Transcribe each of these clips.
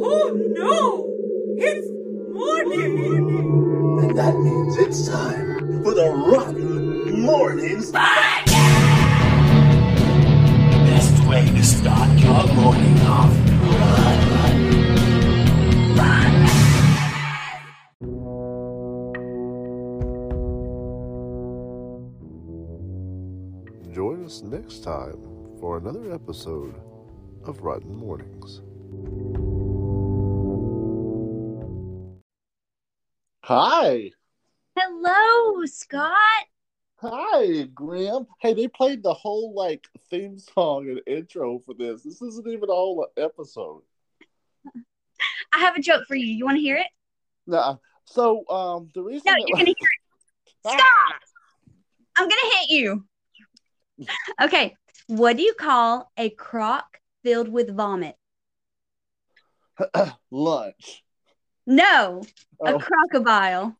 Oh no! It's morning! And that means it's time for the Rotten Mornings Podcast! Best way to start your morning off. Join us next time for another episode of Rotten Mornings. Hi. Hello, Scott. Hi, Graham. Hey, they played the whole like theme song and intro for this. This isn't even all an episode. I have a joke for you. You want to hear it? Nah. So um the reason No, that- you're gonna hear it. Stop! I'm gonna hit you. Okay. What do you call a crock filled with vomit? lunch. No, Oh, a crocodile.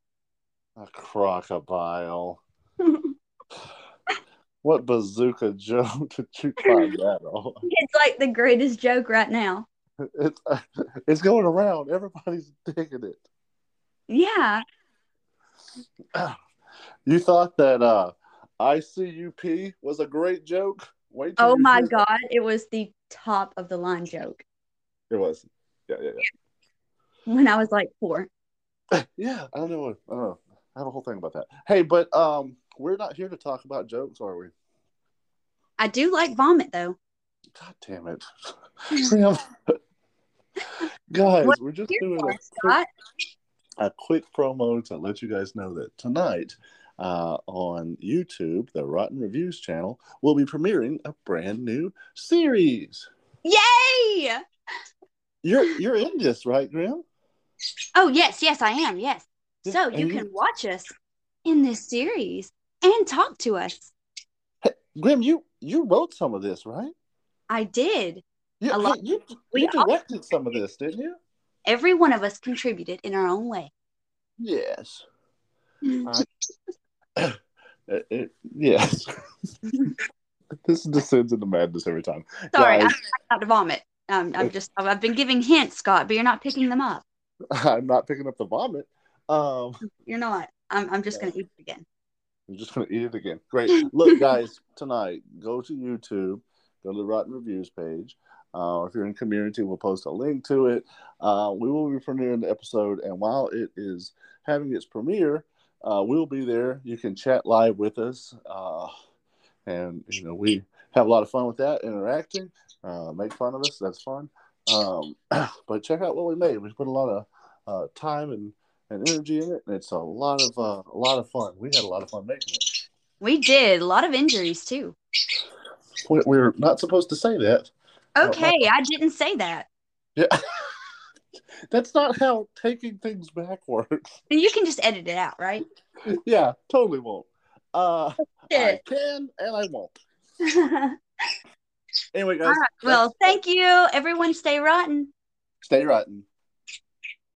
a crocodile. What bazooka joke did you find that on? it's like the greatest joke right now. It's it's going around. Everybody's digging it. Yeah. You thought that uh, ICUP was a great joke? Wait till Oh you my hear- god, it was the top of the line joke It was. Yeah, yeah, yeah. when I was like four. Yeah, I don't know. What, I don't know. I have a whole thing about that. Hey, but um, we're not here to talk about jokes, are we? I do like vomit though. God damn it, Sam. guys, What we're just Here doing you a are, Scott. a quick promo to let you guys know that tonight uh, on YouTube, the Rotten Reviews channel, we'll be premiering a brand new series. Yay! You're you're in this, right, Graham? Oh, yes, yes, I am. Yes. Yeah, So you and you- can watch us in this series and talk to us. Graham, you you wrote some of this, right? I did. You, A lot. you, We you all- directed some of this, didn't you? Every one of us contributed in our own way. Yes. Mm. Uh, it- yes. this descends into madness every time. Sorry, guys. I'm about to vomit. Um, I'm just, I've I've been giving hints, Scott, but you're not picking them up. I'm not picking up the vomit. Um, You're not. I'm, I'm just going to eat it again. I'm just gonna eat it again. Great. Look, guys, tonight go to YouTube, go to the Rotten Reviews page. Uh, if you're in community, we'll post a link to it. Uh, we will be premiering the episode, and while it is having its premiere, uh, we'll be there. You can chat live with us, uh, and you know we have a lot of fun with that, interacting, uh, make fun of us. That's fun. Um, but check out what we made. We put a lot of uh, time and and energy in it, and it's a lot of uh, a lot of fun. We had a lot of fun making it. We did. A lot of injuries, too. We- We're not supposed to say that. Oh, Okay, I didn't say that. Yeah, that's not how taking things back works. You can just edit it out, right? yeah, totally won't. Uh, I Shit. can and I won't. All Anyway, guys, right. Well, thank you. Everyone stay rotten. stay rotten.